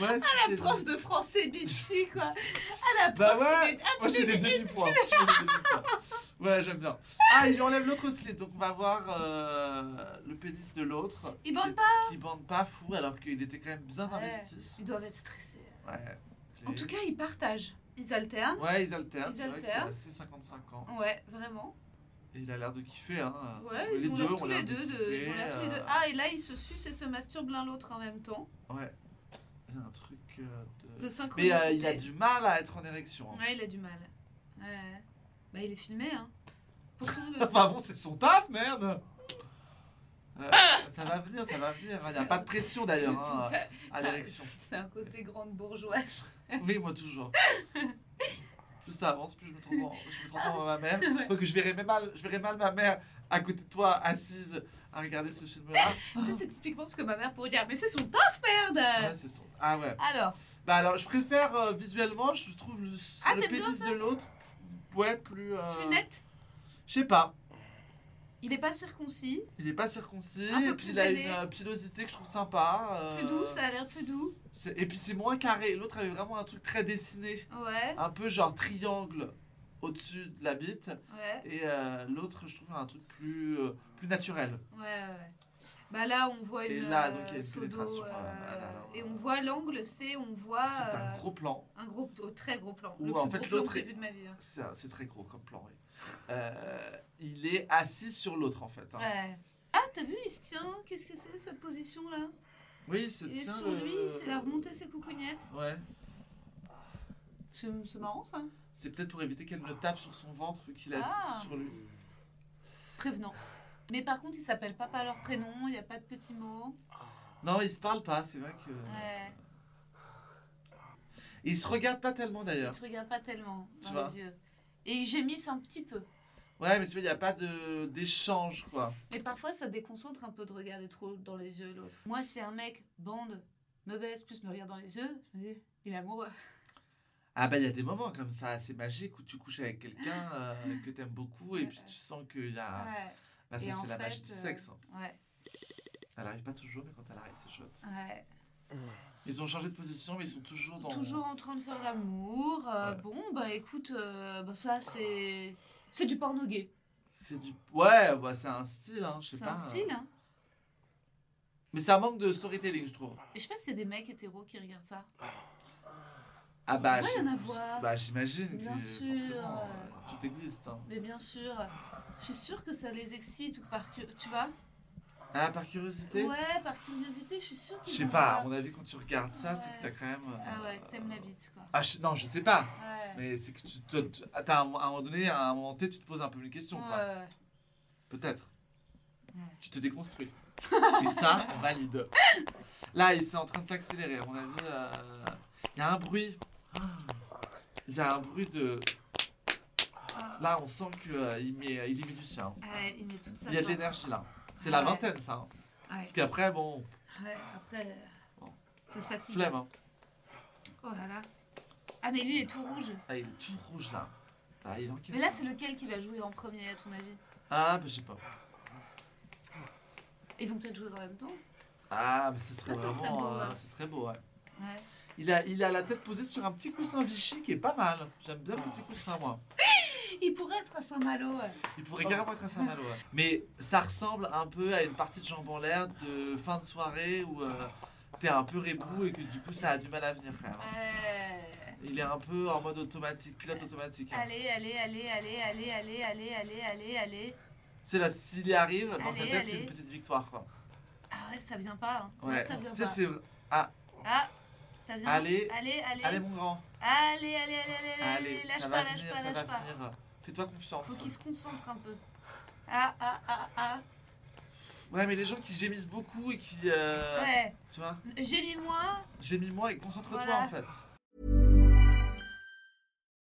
C: Ouais,
B: Ah, La prof de français bitchy,
C: (laughs)
B: quoi. Ah, la
C: Bah
B: prof
C: ouais,
B: qui met- Ah, tu
C: moi je
B: lui
C: fais des
B: mets
C: demi-points. Je fais des demi-points. Ouais, j'aime bien. Ah, il lui enlève l'autre slip, donc on va voir euh, le pénis de l'autre.
B: Il
C: qui-
B: bande Ah
C: Qui, bande pas fou alors qu'il était quand même bien
B: Ouais.
C: investi.
B: Ils doivent être stressés.
C: Ouais.
B: En tout cas, ils partagent. Ils alternent.
C: Ouais, ils alternent,
B: Ils
C: c'est vrai que c'est
B: alternent.
C: assez 50-50.
B: Ouais, vraiment.
C: Et il a l'air de kiffer, hein.
B: Ouais,
C: les
B: ils ont
C: deux
B: l'air
C: ont
B: tous
C: l'air
B: les deux.
C: de
B: de-
C: kiffer,
B: Ils ont l'air tous les deux.
C: euh,
B: Ah, et là, ils se sucent et se masturbent l'un l'autre en même temps.
C: Ouais. Il y a un truc euh, de.
B: Ah. De synchronicité.
C: Mais euh, il a du mal à être en érection. hein.
B: Ouais, il a du mal. Ouais. Bah, il est filmé, hein. Pourtant, le...
C: (laughs) Enfin bon, c'est son taf, merde Euh,
B: Ah.
C: Ça va venir, ça va venir. Il n'y a pas de pression d'ailleurs hein,
B: T'as-
C: à
B: t'as-
C: l'érection.
B: C'est un côté grande bourgeoise.
C: Oui, moi toujours. plus ça avance, plus je me transforme, en- je me transforme en ma mère.
B: (laughs) Ouais.
C: Donc je verrais même mal, je verrais mal ma mère à côté de toi, assise, à regarder ce film-là.
B: Ça, c'est typiquement ce que ma mère pourrait dire. Mais c'est son taf, merde
C: Ouais, c'est son- Ah ouais.
B: Alors,
C: Bah alors, je préfère euh, visuellement, je trouve le,
B: Ah,
C: le
B: t'aimes bien
C: pénis de l'autre, ouais, plus. euh,
B: plus net,
C: Je sais pas.
B: il n'est pas circoncis.
C: Il est pas circoncis,
B: Un peu
C: et
B: plus
C: puis il a
B: veiné.
C: une euh, pilosité que je trouve sympa. euh,
B: Plus doux, ça a l'air plus doux.
C: c'est- Et puis c'est moins carré. L'autre avait vraiment un truc très dessiné,
B: Ouais,
C: un peu genre triangle au-dessus de la bite.
B: ouais,
C: Et euh, l'autre, je trouve un truc plus, euh, plus naturel.
B: ouais, ouais. Bah là, on voit
C: Et
B: une
C: là, donc, il y a
B: euh,
C: une
B: sodo,
C: pénétration,
B: euh,
C: ah là là.
B: et on voit l'angle, c'est on voit
C: c'est un
B: euh,
C: gros plan.
B: un gros- oh, très gros plan.
C: Où,
B: le plus
C: en fait,
B: gros plan
C: l'autre
B: que j'ai
C: est-
B: vu de ma vie. hein.
C: C'est un- c'est très gros comme plan, oui. Euh, il est assis sur l'autre, en fait. hein.
B: Ouais. Ah, t'as vu, il se tient. Qu'est-ce que c'est cette position là
C: Oui, il se
B: Il est
C: tient
B: sur
C: le-
B: lui, il a remonté ses coucougnettes.
C: Ouais.
B: C'est c'est marrant ça.
C: C'est peut-être pour éviter qu'elle ne tape sur son ventre vu qu'il est
B: Ah.
C: assis sur lui.
B: Prévenant. Mais par contre, ils s'appellent pas par leur prénom, il n'y a pas de petits mots.
C: Non, ils se parlent pas, c'est vrai que.
B: Ouais.
C: Ils se regardent pas tellement
B: Ils
C: d'ailleurs.
B: se regardent pas tellement
C: Tu
B: dans
C: vois.
B: les yeux. Et ils gémissent un petit peu.
C: Ouais, mais tu vois, il n'y a pas de d'échange quoi.
B: Mais parfois, ça déconcentre un peu de regarder trop dans les yeux l'autre. Moi, si un mec bande, me baisse, plus me regarde dans les yeux, je me dis, il est amoureux.
C: Ah bah il y a des moments comme ça assez magiques où tu couches avec quelqu'un euh, que t'aimes beaucoup et puis tu sens qu'il y a.
B: Ouais.
C: Bah,
B: Et
C: ça
B: en
C: c'est la
B: fait,
C: magie du
B: euh,
C: sexe. hein.
B: Ouais,
C: Elle arrive pas toujours, mais quand elle arrive, c'est chouette.
B: ouais.
C: Ils ont changé de position, mais ils sont toujours dans.
B: Toujours en train de faire l'amour. euh,
C: Ouais.
B: Bon, bah écoute, euh, bah, ça, c'est. C'est du porno gay.
C: C'est du. Ouais, bah c'est un style, hein, je sais
B: C'est
C: pas.
B: un style,
C: euh.
B: hein.
C: Mais c'est un manque de storytelling, je trouve.
B: Et je sais pas s'il y a des mecs hétéros qui regardent ça.
C: Ah bah.
B: Ouais, y en
C: j'im-
B: avoir.
C: Bah j'imagine que
B: Bien sûr,
C: forcément,
B: euh.
C: euh, tout existe. hein.
B: Mais bien sûr, je suis sûre que ça les excite ou par cu- tu vois
C: Ah, par curiosité
B: Ouais, par curiosité, je suis sûre.
C: Je
B: qu'ils
C: sais
B: vont
C: pas, à
B: voir.
C: mon avis, quand tu regardes ça, c'est que
B: Ouais.
C: t'as quand même. euh,
B: Ah ouais, que t'aimes la bite quoi.
C: Ah, je- non, je sais pas.
B: Ouais.
C: Mais c'est que tu. te- tu- ah, t'as un- à un moment donné, à un moment T, tu te poses un peu une question, quoi.
B: Ouais.
C: Peut-être.
B: Ouais.
C: Tu te déconstruis.
B: (laughs)
C: Et ça, on valide. Là, il s'est en train de s'accélérer, à mon avis. euh, Il y a un bruit. Ah. Il y a un bruit de. Là, on sent qu'il met, il y met du sien.
B: Ah Ouais, il met toute sa
C: Il y a de
B: force.
C: l'énergie là. C'est la
B: Ah Ouais.
C: vingtaine, ça. hein.
B: Ouais.
C: Parce qu'après, bon,
B: Ouais, après, euh,
C: Bon.
B: ça se fatigue.
C: flemme. hein.
B: Oh là là. Ah, mais lui il est tout rouge.
C: Ah, il est tout rouge là. Ah, il encaisse.
B: Mais là, c'est lequel qui va jouer en premier, à ton avis
C: Ah, bah, je sais pas.
B: Ils vont peut-être jouer en même temps.
C: Ah, mais ce serait
B: Ça, ça
C: vraiment.
B: serait beau, hein.
C: euh,
B: ouais.
C: ça serait beau, ouais.
B: Ouais.
C: Il a, il a la tête posée sur un petit coussin Vichy qui est pas mal. J'aime bien le
B: Oh.
C: petit coussin, moi.
B: Il pourrait être à Saint-Malo. ouais.
C: Il pourrait carrément être à
B: (laughs)
C: Saint-Malo. ouais. Mais ça ressemble un peu à une partie de jambes en l'air de fin de soirée où euh, t'es un peu rebou et que du coup ça a du mal à venir, frère.
B: Ouais.
C: Il est un peu en mode automatique, pilote automatique. hein.
B: Allez, allez, allez, allez, allez, allez, allez, allez, allez, allez.
C: C'est là, s'il y arrive, dans
B: Allez,
C: sa tête, c'est
B: allez.
C: une petite victoire, quoi.
B: Ah ouais, ça vient pas. Hein.
C: Ouais.
B: Ouais, ça vient
C: Tu sais,
B: pas.
C: c'est vrai.
B: Ah, ça vient.
C: Allez.
B: allez, allez.
C: Allez, mon grand.
B: Allez, allez, allez, allez, allez,
C: Allez,
B: lâche
C: ça
B: pas,
C: va
B: lâche
C: venir,
B: pas,
C: ça
B: lâche
C: va
B: pas.
C: venir. Fais-toi confiance.
B: Faut qu'il se concentre un peu. Ah, ah, ah, ah.
C: Ouais, mais les gens qui gémissent beaucoup et qui. euh,
B: Ouais.
C: Tu vois,
B: J'ai mis moi.
C: gémis moi et concentre-toi
B: Voilà.
C: en fait.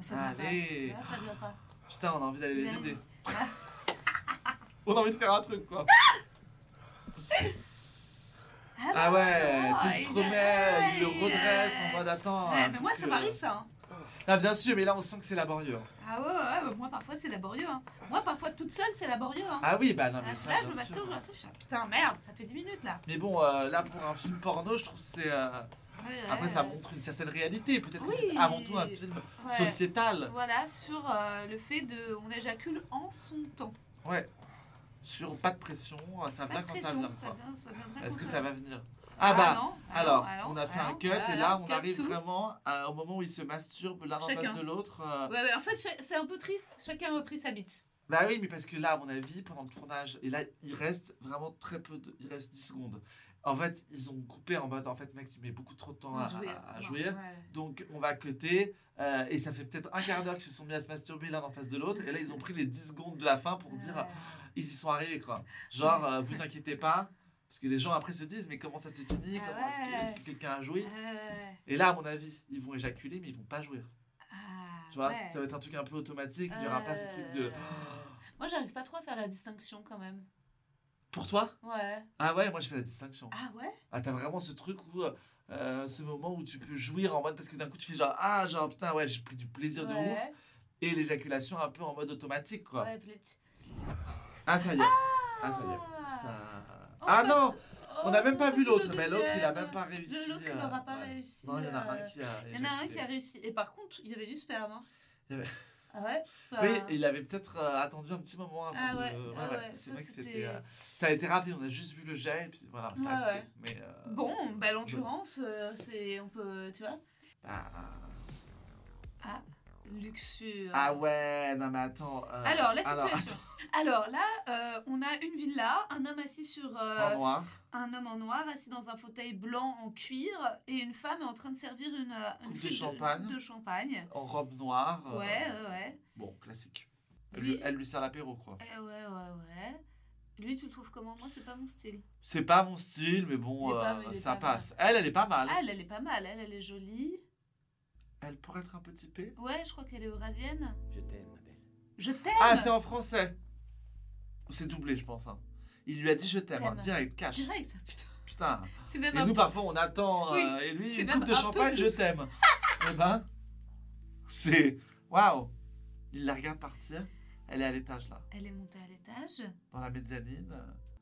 B: Ah, Ça vient pas.
C: Allez.
B: Là, ça vient pas.
C: Putain, on a envie d'aller les
B: Ouais. (laughs)
C: aider. on a envie de faire un truc quoi. Ah ouais,
B: non,
C: tu sais, il se
B: il-
C: remet, il le redresse
B: Ouais.
C: en mode attends.
B: ouais,
C: hein,
B: Eh, mais
C: faut
B: moi, ça
C: que-
B: m'arrive ça. hein.
C: Ah, bien sûr, mais là on sent que c'est hein. laborieux.
B: Ah ouais, ouais, ouais, moi parfois c'est laborieux. Hein. Moi parfois toute seule c'est laborieux. Hein.
C: Ah oui, bah non, mais
B: Ah,
C: ça,
B: là, je
C: bien
B: me
C: sûr.
B: masturbe, je me masturbe, je suis là, putain merde, ça fait 10 minutes là.
C: Mais bon, euh, là pour un film porno, je trouve que c'est. euh,
B: Ouais,
C: Après,
B: ouais,
C: ça
B: ouais.
C: montre une certaine réalité. Peut-être que
B: Oui.
C: c'est avant tout un film
B: Ouais.
C: sociétal.
B: Voilà, sur euh, le fait de. On éjacule en son temps.
C: Ouais. sur pas de pression, ça
B: Pas
C: vient
B: de
C: quand ça
B: pression,
C: vient.
B: ça
C: quoi.
B: vient- ça viendra
C: Est-ce
B: quand
C: que
B: ça-
C: ça va venir
B: Ah
C: Ah bah
B: non, ah
C: alors,
B: non, ah
C: on
B: non,
C: a fait
B: ah
C: un
B: non,
C: cut
B: ah
C: et là
B: non,
C: on
B: cut
C: arrive
B: tout.
C: vraiment à- au moment où ils se masturbent l'un en
B: Chacun.
C: face de l'autre. euh,
B: Ouais, ouais, en fait, cha- c'est un peu triste. Chacun a repris sa bite.
C: Bah oui, mais parce que là, à mon avis, pendant le tournage, et là, il reste vraiment très peu de... Il reste 10 secondes. En fait, ils ont coupé en mode, en fait, mec, tu mets beaucoup trop de temps à, à-
B: Jouer.
C: à
B: Ouais,
C: jouer.
B: ouais.
C: Donc, on va cutter. euh, et ça fait peut-être un quart d'heure qu'ils se sont mis à se masturber l'un en face de l'autre. Et là, ils ont pris les 10 secondes de la fin pour dire, ils y sont arrivés, quoi. Genre, euh, vous inquiétez pas. Parce que les gens après se disent, mais comment ça s'est fini
B: Ah
C: Comment- Est-ce que, est-ce
B: ouais.
C: que quelqu'un a joué
B: Euh,
C: Et là, à mon avis, ils vont éjaculer, mais ils vont pas jouer.
B: ah,
C: Tu vois
B: ouais.
C: Ça va être un truc un peu automatique. Il n'y aura pas ce truc de.
B: Euh. Moi, j'arrive pas trop à faire la distinction quand même.
C: (gasps) Pour toi
B: Ouais.
C: Ah ouais, moi je fais la distinction.
B: Ah ouais
C: Ah t'as vraiment ce truc où euh, ce moment où tu peux jouir en mode parce que d'un coup tu fais genre ah genre putain ouais j'ai pris du plaisir de
B: Ouais.
C: ouf et l'éjaculation un peu en mode automatique quoi.
B: Ouais, puis là, tu-
C: Ah ça y est. Ah ça y est. Ça- Ah
B: se
C: non,
B: passe-
C: on n'a
B: Oh,
C: même pas vu l'autre,
B: le
C: mais l'autre il a
B: deuxième.
C: même pas
B: Le-
C: réussi.
B: L'autre il
C: euh,
B: n'aura pas
C: ouais.
B: réussi.
C: Non, il y en a un
B: euh,
C: qui a.
B: Il y en a un
C: éjaculé.
B: qui a réussi. Et par contre, il y avait du sperme. hein.
C: Il y avait-
B: Ah ouais
C: Oui,
B: enfin,
C: et il avait peut-être euh, attendu un petit moment avant
B: Ah
C: de-
B: ouais, ah ouais,
C: C'est
B: ça,
C: vrai que c'était.
B: c'était-
C: euh, Ça a été rapide, on a juste vu le jet et puis voilà, ça a
B: Ouais,
C: coupé. Mais. euh,
B: Bon, bah, l'endurance, euh, c'est. On peut. Tu vois
C: bah,
B: Luxure.
C: Ah ouais, non mais attends. euh,
B: Alors, la
C: alors,
B: situation. (laughs) Alors, là, euh, on a une villa, un homme assis sur. euh,
C: En noir,
B: un homme en noir assis dans un fauteuil blanc en cuir et une femme est en train de servir une, euh, une
C: Coupe de
B: fille
C: champagne.
B: coupe de champagne.
C: en robe noire. euh,
B: Ouais, ouais, ouais.
C: Bon, classique. Elle,
B: Lui,
C: lui- elle lui sert l'apéro, quoi.
B: eh ouais, ouais, ouais. Lui, tu le trouves comment Moi, c'est pas mon style.
C: C'est pas mon style, mais
B: Il
C: bon,
B: est pas-
C: euh,
B: il est
C: ça
B: pas
C: passe. Elle, elle est pas mal.
B: Ah, elle, elle est pas mal, elle, elle est jolie.
C: Elle pourrait être un peu typée.
B: Ouais, je crois qu'elle est eurasienne.
E: Je t'aime, ma belle.
B: Je t'aime
C: Ah, c'est en français. C'est doublé, je pense. hein. Il lui a dit je t'aime, hein,
B: T'aime.
C: direct, cash.
B: Direct, putain.
C: Putain.
B: C'est même
C: Et
B: un
C: nous, parfois, on attend.
B: Oui,
C: euh, et lui,
B: c'est
C: une
B: même
C: coupe de
B: un peu
C: champagne, je
B: plus.
C: t'aime. Eh ben, c'est. Waouh. Il la regarde partir. Elle est à l'étage, là,
B: Elle est montée à l'étage.
C: dans la mezzanine.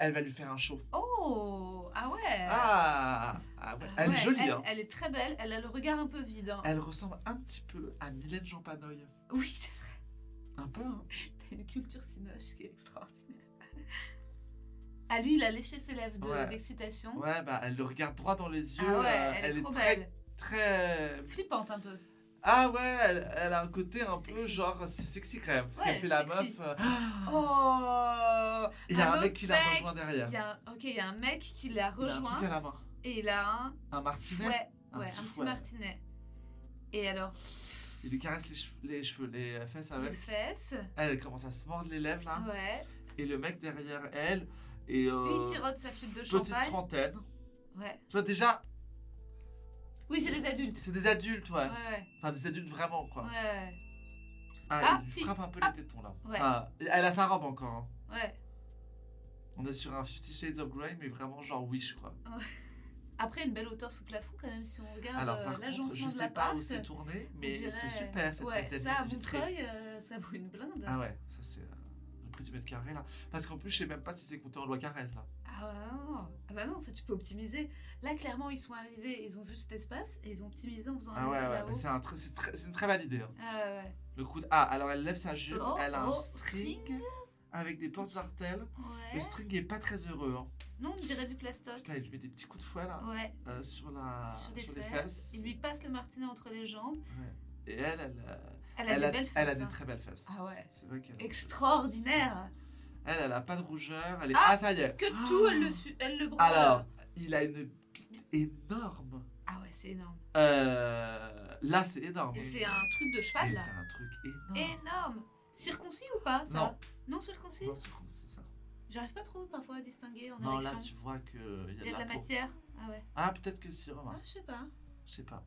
C: Elle va lui faire un show.
B: Euh. Oh Ah ouais
C: Ah, ah ouais. Elle
B: Ouais,
C: est jolie,
B: elle,
C: hein.
B: elle est très belle, elle a le regard un peu vide. hein.
C: Elle ressemble un petit peu à Mylène Jean Panoï.
B: Oui, (laughs) c'est vrai,
C: Un peu, hein
B: t'as une culture sinoche qui est extraordinaire. Ah, lui, il a léché ses lèvres de-
C: Ouais.
B: d'excitation.
C: Ouais, bah elle le regarde droit dans les yeux.
B: ah ouais,
C: euh,
B: elle, est trop
C: très,
B: belle.
C: très.
B: Flippante un peu.
C: Ah ouais, elle, elle a un côté un peu
B: Sexy.
C: genre. C'est sexy quand même. Parce
B: Ouais,
C: qu'elle fait la
B: sexy. Ah,
C: meuf. euh,
B: Oh
C: Ah. il y a un
B: autre
C: mec qui la rejoint derrière.
B: Il y a un- ok, il y a un mec qui l'a
C: Il a un truc à
B: rejoint
C: la main.
B: et il a un
C: Un martinet.
B: Ouais, ouais,
C: Un
B: un
C: petit
B: petit,
C: fouet.
B: martinet. Et alors,
C: Il lui caresse les cheveux, les, cheveux, les fesses
B: les
C: avec.
B: fesses,
C: Elle, elle commence à se mordre les lèvres là.
B: ouais.
C: Et le mec derrière elle. Et. euh,
B: Lui, il sirote sa flûte de
C: petite
B: champagne.
C: trentaine.
B: Ouais.
C: Tu vois, déjà,
B: Oui, c'est des adultes.
C: c'est des adultes, ouais.
B: Ouais, ouais.
C: Enfin, des adultes vraiment, quoi.
B: ouais.
C: Ah,
B: Ah,
C: il lui
B: si.
C: frappe un peu
B: Ah.
C: les tétons là.
B: Ouais.
C: Enfin, elle a sa robe encore. hein.
B: ouais.
C: On est sur un Fifty Shades of Grey, mais vraiment genre Wish quoi.
B: Après, une belle hauteur sous plafond quand même, si on regarde
C: Alors
B: euh,
C: par contre, je
B: l'agencement de
C: sais pas
B: l'appart.
C: où c'est tourné,
B: on
C: mais
B: dirait-
C: c'est super cette
B: Ouais,
C: mezzanine
B: ça, à
C: vitrée.
B: Montreuil, euh, ça vaut une blinde.
C: Ah ouais, ça c'est euh, le prix du mètre carré là. Parce qu'en plus, je sais même pas si c'est compté en loi Carrez là.
B: Ah bah non, ah bah non, ça tu peux optimiser. Là, clairement, ils sont arrivés, ils ont vu cet espace et ils ont optimisé en faisant
C: Ah
B: un
C: ouais, ouais,
B: là-haut.
C: mais c'est un tr- c'est tr- c'est une très belle idée. hein.
B: Ah ouais, ouais.
C: Le coup de... Ah, alors elle lève sa jupe,
B: Oh,
C: elle a un
B: oh,
C: string, avec des portes jartelles.
B: Ouais.
C: Le string est pas très heureux. Hein.
B: Non, on dirait du plastoc.
C: Putain, il lui met des petits coups de fouet là.
B: Ouais,
C: euh, sur, la...
B: Mm. sur les, fesses.
C: fesses.
B: Il lui passe le martinet entre les jambes.
C: Et elle, elle, euh,
B: Elle a
C: elle
B: des
C: a,
B: belles fesses.
C: elle a des
B: hein.
C: très belles fesses.
B: Ah ouais.
C: C'est vrai qu'elle.
B: Extraordinaire.
C: Elle, elle a pas de rougeur. Elle est...
B: Ah
C: Ah, ça y est.
B: Que tout, elle le, su- elle le brûle.
C: Alors, il a une bite énorme.
B: Ah ouais, c'est énorme.
C: Euh, Là, c'est énorme.
B: Et c'est un truc de
C: Mais
B: cheval, là.
C: c'est un truc énorme.
B: Énorme. Circoncis ou pas, ça
C: Oh. Non.
B: Non, circoncis
C: Non, c'est con, c'est ça.
B: J'arrive pas trop parfois à distinguer en
C: Non, là,
B: érection.
C: tu vois que il y a,
B: Il y a de la
C: peau.
B: matière. Ah ouais.
C: Ah, peut-être que si,
B: Ah,
C: remarque.
B: je sais pas.
C: Je sais pas.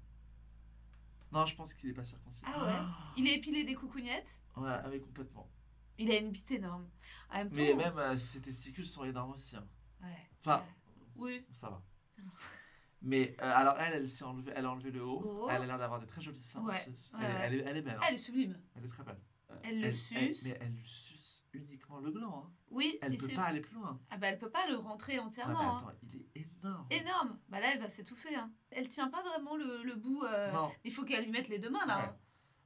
C: Non, je pense qu'il est pas circoncis.
B: Ah ouais. Il est épilé des coucougnettes.
C: Ouais, avec complètement.
B: Il a une bite énorme. Ah, En même temps.
C: Mais même euh, ses testicules sont énormes aussi. hein.
B: Ouais.
C: Enfin,
B: Oui.
C: ça va. Mais euh, alors elle, elle s'est enlevée, elle a enlevé le haut.
B: Oh.
C: Elle a l'air d'avoir des très jolis seins.
B: Ouais,
C: aussi.
B: ouais,
C: Elle, est-
B: ouais.
C: elle est, elle est belle. hein.
B: Elle est sublime.
C: Elle est très belle. Euh,
B: Elle le suce.
C: mais elle lui suce uniquement le gland. hein.
B: Oui.
C: Elle
B: et
C: peut
B: c'est-
C: pas aller plus loin.
B: Ah bah elle peut pas le rentrer
C: Non, mais
B: entièrement. hein.
C: attends, il est énorme.
B: Énorme. Bah là elle va s'étouffer. Hein. Elle tient pas vraiment le, le bout. euh,
C: Non.
B: Il faut qu'elle y mette les deux mains là.
C: Ouais.
B: hein.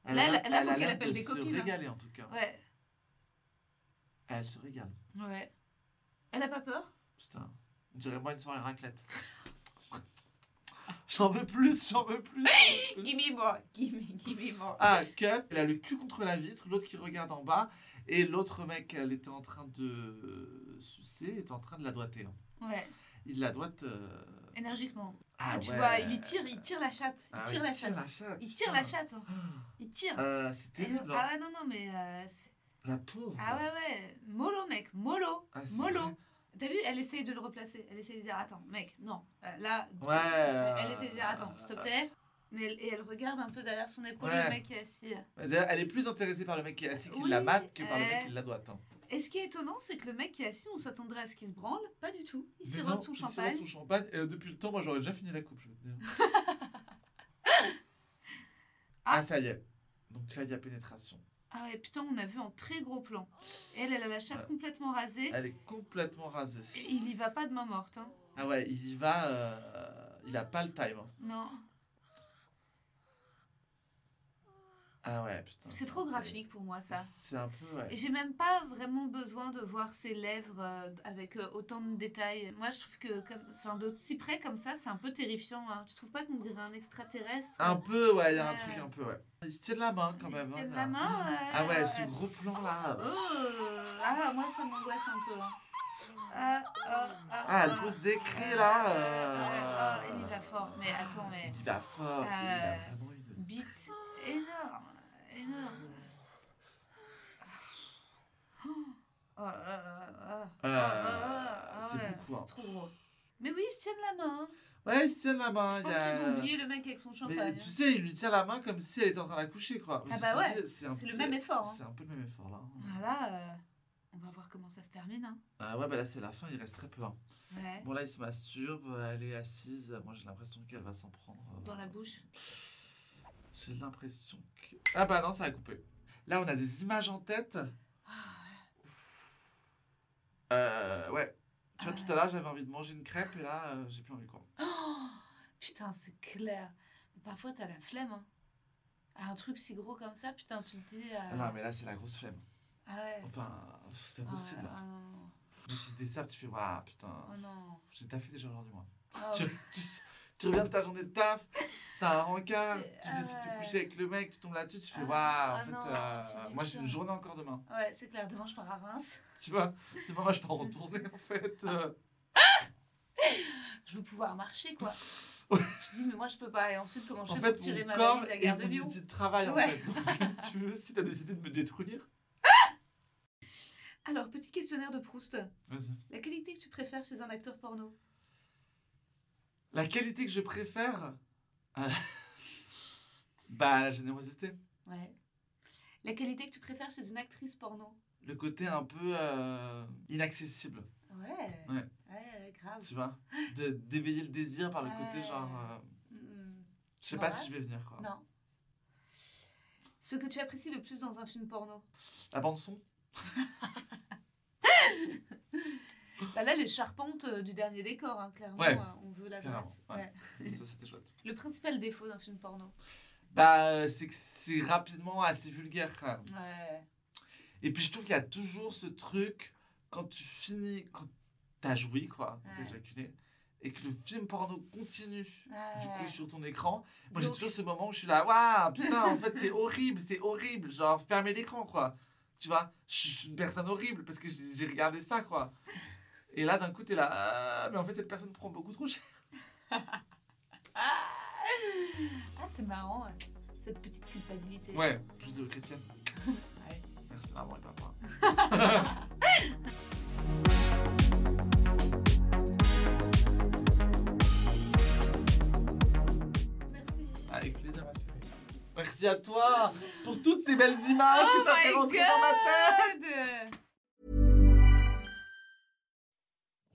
C: Elle
B: Là,
C: a
B: elle-
C: l'air-
B: elle a
C: elle
B: faut
C: a
B: qu'elle
C: l'air
B: appelle
C: de
B: des
C: se
B: copines, hein.
C: régaler en tout cas.
B: Ouais.
C: Elle se régale.
B: Ouais. Elle
C: Elle
B: a pas peur
C: Putain, on dirait moi une soirée raclette. (laughs) J'en veux plus, j'en veux plus.
B: (gasps)
C: j'en veux plus.
B: Gimme more, gimme, gimme more.
C: Ah, Kat, elle a le cul contre la vitre, l'autre qui regarde en bas, et l'autre mec qu'elle était en train de sucer est en train de la doigter. hein.
B: Ouais,
C: Il la doite. euh,
B: énergiquement.
C: Ah,
B: tu
C: ouais.
B: vois, il y tire, il tire la chatte. Il
C: Ah oui,
B: tire la
C: il tire
B: chatte.
C: la chatte.
B: Il tire la
C: putain. (gasps)
B: chatte. hein. Il tire.
C: Euh, c'est terrible. hein.
B: ah ouais, non, non, mais... euh, c'est-
C: La pauvre.
B: ah ouais, ouais. Mollo, mec. Mollo.
C: Ah, c'est vrai.
B: Mollo. T'as vu, elle essaye de le replacer. Elle essaye de dire, attends, mec, non. Euh, là,
C: Ouais, euh,
B: elle essaye de dire, attends, s'il te plaît. Mais elle, et elle regarde un peu derrière son épaule
C: Ouais.
B: le mec qui est assis.
C: Mais Elle elle est plus intéressée par le mec qui est assis qui
B: Oui,
C: la mate que par le
B: euh,
C: mec qui la doite. hein.
B: Et ce qui est étonnant, c'est que le mec qui est assis, on s'attendrait à ce qu'il se branle. Pas du tout. Il
C: Mais
B: sirote
C: non,
B: son
C: il
B: champagne.
C: sirote son champagne. Et euh, depuis le temps, moi j'aurais déjà fini la coupe, je veux te
B: (laughs)
C: dire. ah, ça y est. Donc là, il y a pénétration.
B: Ah ouais, putain, on a vu en très gros plan. Elle, elle a la chatte
C: Ouais.
B: complètement rasée.
C: Elle est complètement rasée.
B: Et Il y va pas de main morte, hein.
C: Ah ouais, il y va. euh, Il a pas le time. hein.
B: Non.
C: Ah ouais, putain.
B: C'est trop
C: un peu-
B: graphique pour moi, ça.
C: C'est un peu, ouais.
B: Et j'ai même pas vraiment besoin de voir ses lèvres euh, avec euh, autant de détails. Moi, je trouve que comme, enfin, de si près comme ça, c'est un peu terrifiant. Hein. Tu trouves pas qu'on dirait un extraterrestre euh,
C: Un peu, ouais, il y a un
B: Ouais.
C: truc un peu, ouais. Ils se tiennent la main Ah, quand
B: Ils
C: même.
B: se
C: hein,
B: tiennent
C: là.
B: la main, ouais.
C: Ah ouais, ce
B: Ouais.
C: gros plan là.
B: Oh. Ah, moi, ça m'angoisse un peu. hein. Ah, ah, ah,
C: Ah,
B: ah.
C: elle pose des cris
B: Euh,
C: là.
B: euh,
C: euh.
B: euh, il y va fort, mais attends, mais.
C: Il y va fort. et Il a
B: Euh.
C: vraiment une.
B: Bite énorme, énorme. Oh là là là là.
C: Euh,
B: Ah, ah, ah,
C: c'est
B: ouais,
C: beaucoup, hein.
B: Trop gros. Mais oui, ils se tiennent la main. hein.
C: Ouais, ils se tiennent la main.
B: Je
C: Ah, il
B: pense
C: y a-
B: qu'ils ont oublié le mec avec son
C: Mais
B: champagne. hein.
C: tu sais, il lui tient la main comme si elle était en train d'accoucher, quoi.
B: Ah
C: Ceci
B: bah ouais,
C: dit, un
B: c'est
C: peu-
B: le même effort, hein.
C: C'est un peu le même effort, là.
B: Ah là, euh, on va voir comment ça se termine. hein.
C: Ah ouais, bah là, c'est la fin, il reste très peu. hein.
B: Ouais.
C: Bon, là, il se masturbe, elle est assise. Moi, j'ai l'impression qu'elle va s'en prendre. euh,
B: Dans la bouche.
C: J'ai l'impression que. Ah bah non, ça a coupé. Là, on a des images en tête.
B: Ah.
C: Euh, ouais. Tu vois, tout à l'heure, j'avais envie de manger une crêpe et là, euh, j'ai plus envie, quoi.
B: Oh, putain, c'est clair. Parfois, t'as la flemme. hein. Ah, un truc si gros comme ça, putain, tu te dis. euh,
C: Ah Non, mais là, c'est la grosse flemme.
B: Ah ouais.
C: Enfin,
B: Ah
C: c'est pas
B: ouais,
C: possible. là.
B: ah non.
C: Donc, ils se desservent, tu fais, waouh, putain,
B: Oh non.
C: j'ai taffé déjà aujourd'hui, moi.
B: Ah
C: Tu,
B: ouais.
C: tu, tu reviens de ta journée de taf, t'as un rencard,
B: C'est-
C: tu
B: ah
C: décides de
B: ouais.
C: coucher avec le mec, tu tombes là-dessus, tu fais,
B: Ah,
C: waouh,
B: ah
C: en fait,
B: non,
C: euh,
B: tu dis,
C: moi, j'ai une
B: putain.
C: journée encore demain.
B: Ouais, c'est clair. Demain, je pars à Reims.
C: Tu vois, demain, moi, je pars en tournée, en fait.
B: Ah,
C: euh.
B: Je veux pouvoir marcher, quoi.
C: Ouais.
B: Je dis, mais moi, je peux pas. Et ensuite, comment je
C: En
B: fais
C: fait,
B: pour tirer
C: mon
B: ma
C: corps
B: valise à la
C: est
B: gare de
C: mon
B: Lyon
C: outil de travail, en
B: Ouais.
C: fait. Donc, (laughs) si tu veux, si t'as décidé de me détruire...
B: Alors, petit questionnaire de Proust.
C: Vas-y.
B: La qualité que tu préfères chez un acteur porno
C: La qualité que je préfère... euh, (laughs) bah, la générosité.
B: Ouais. La qualité que tu préfères chez une actrice porno
C: Le côté un peu euh, inaccessible,
B: Ouais.
C: Ouais.
B: Ouais, grave.
C: tu vois. De- D'éveiller le désir par le côté,
B: Ouais.
C: genre... euh,
B: Mm,
C: Je sais pas
B: Ouais.
C: si je vais venir, quoi.
B: Non. Ce que tu apprécies le plus dans un film porno (laughs)
C: La bande-son
B: Bah Là, les charpentes euh, du dernier décor, hein, clairement.
C: Ouais.
B: euh, on veut la
C: Clairement,
B: grasse.
C: ouais.
B: Ouais.
C: Ça, c'était chouette.
B: Le principal défaut d'un film porno
C: Bah, euh, c'est que c'est rapidement assez vulgaire. quand même.
B: Ouais.
C: Et puis, je trouve qu'il y a toujours ce truc, quand tu finis, quand t'as joui, quoi, quand t'as
B: Ouais.
C: éjaculé, et que le film porno continue, du coup,
B: Ouais.
C: sur ton écran. Moi, j'ai
B: Donc-
C: toujours ce moment où je suis là, waouh, putain, en fait, c'est horrible, c'est horrible. Genre, fermez l'écran, quoi. Tu vois, je suis- je suis une personne horrible parce que j'ai j'ai regardé ça, quoi. Et là, d'un coup, t'es là, Ah, mais en fait, cette personne prend beaucoup trop cher.
B: Ah, Ah, c'est marrant, ouais. cette petite culpabilité.
C: Ouais, plus de
B: (laughs)
C: chrétienne. Merci, maman et papa.
B: (laughs) Merci.
C: Avec plaisir, ma chérie. Merci à toi pour toutes ces belles images que t'as Ah, fait
B: Oh my
C: rentrer dans ma tête.
B: God.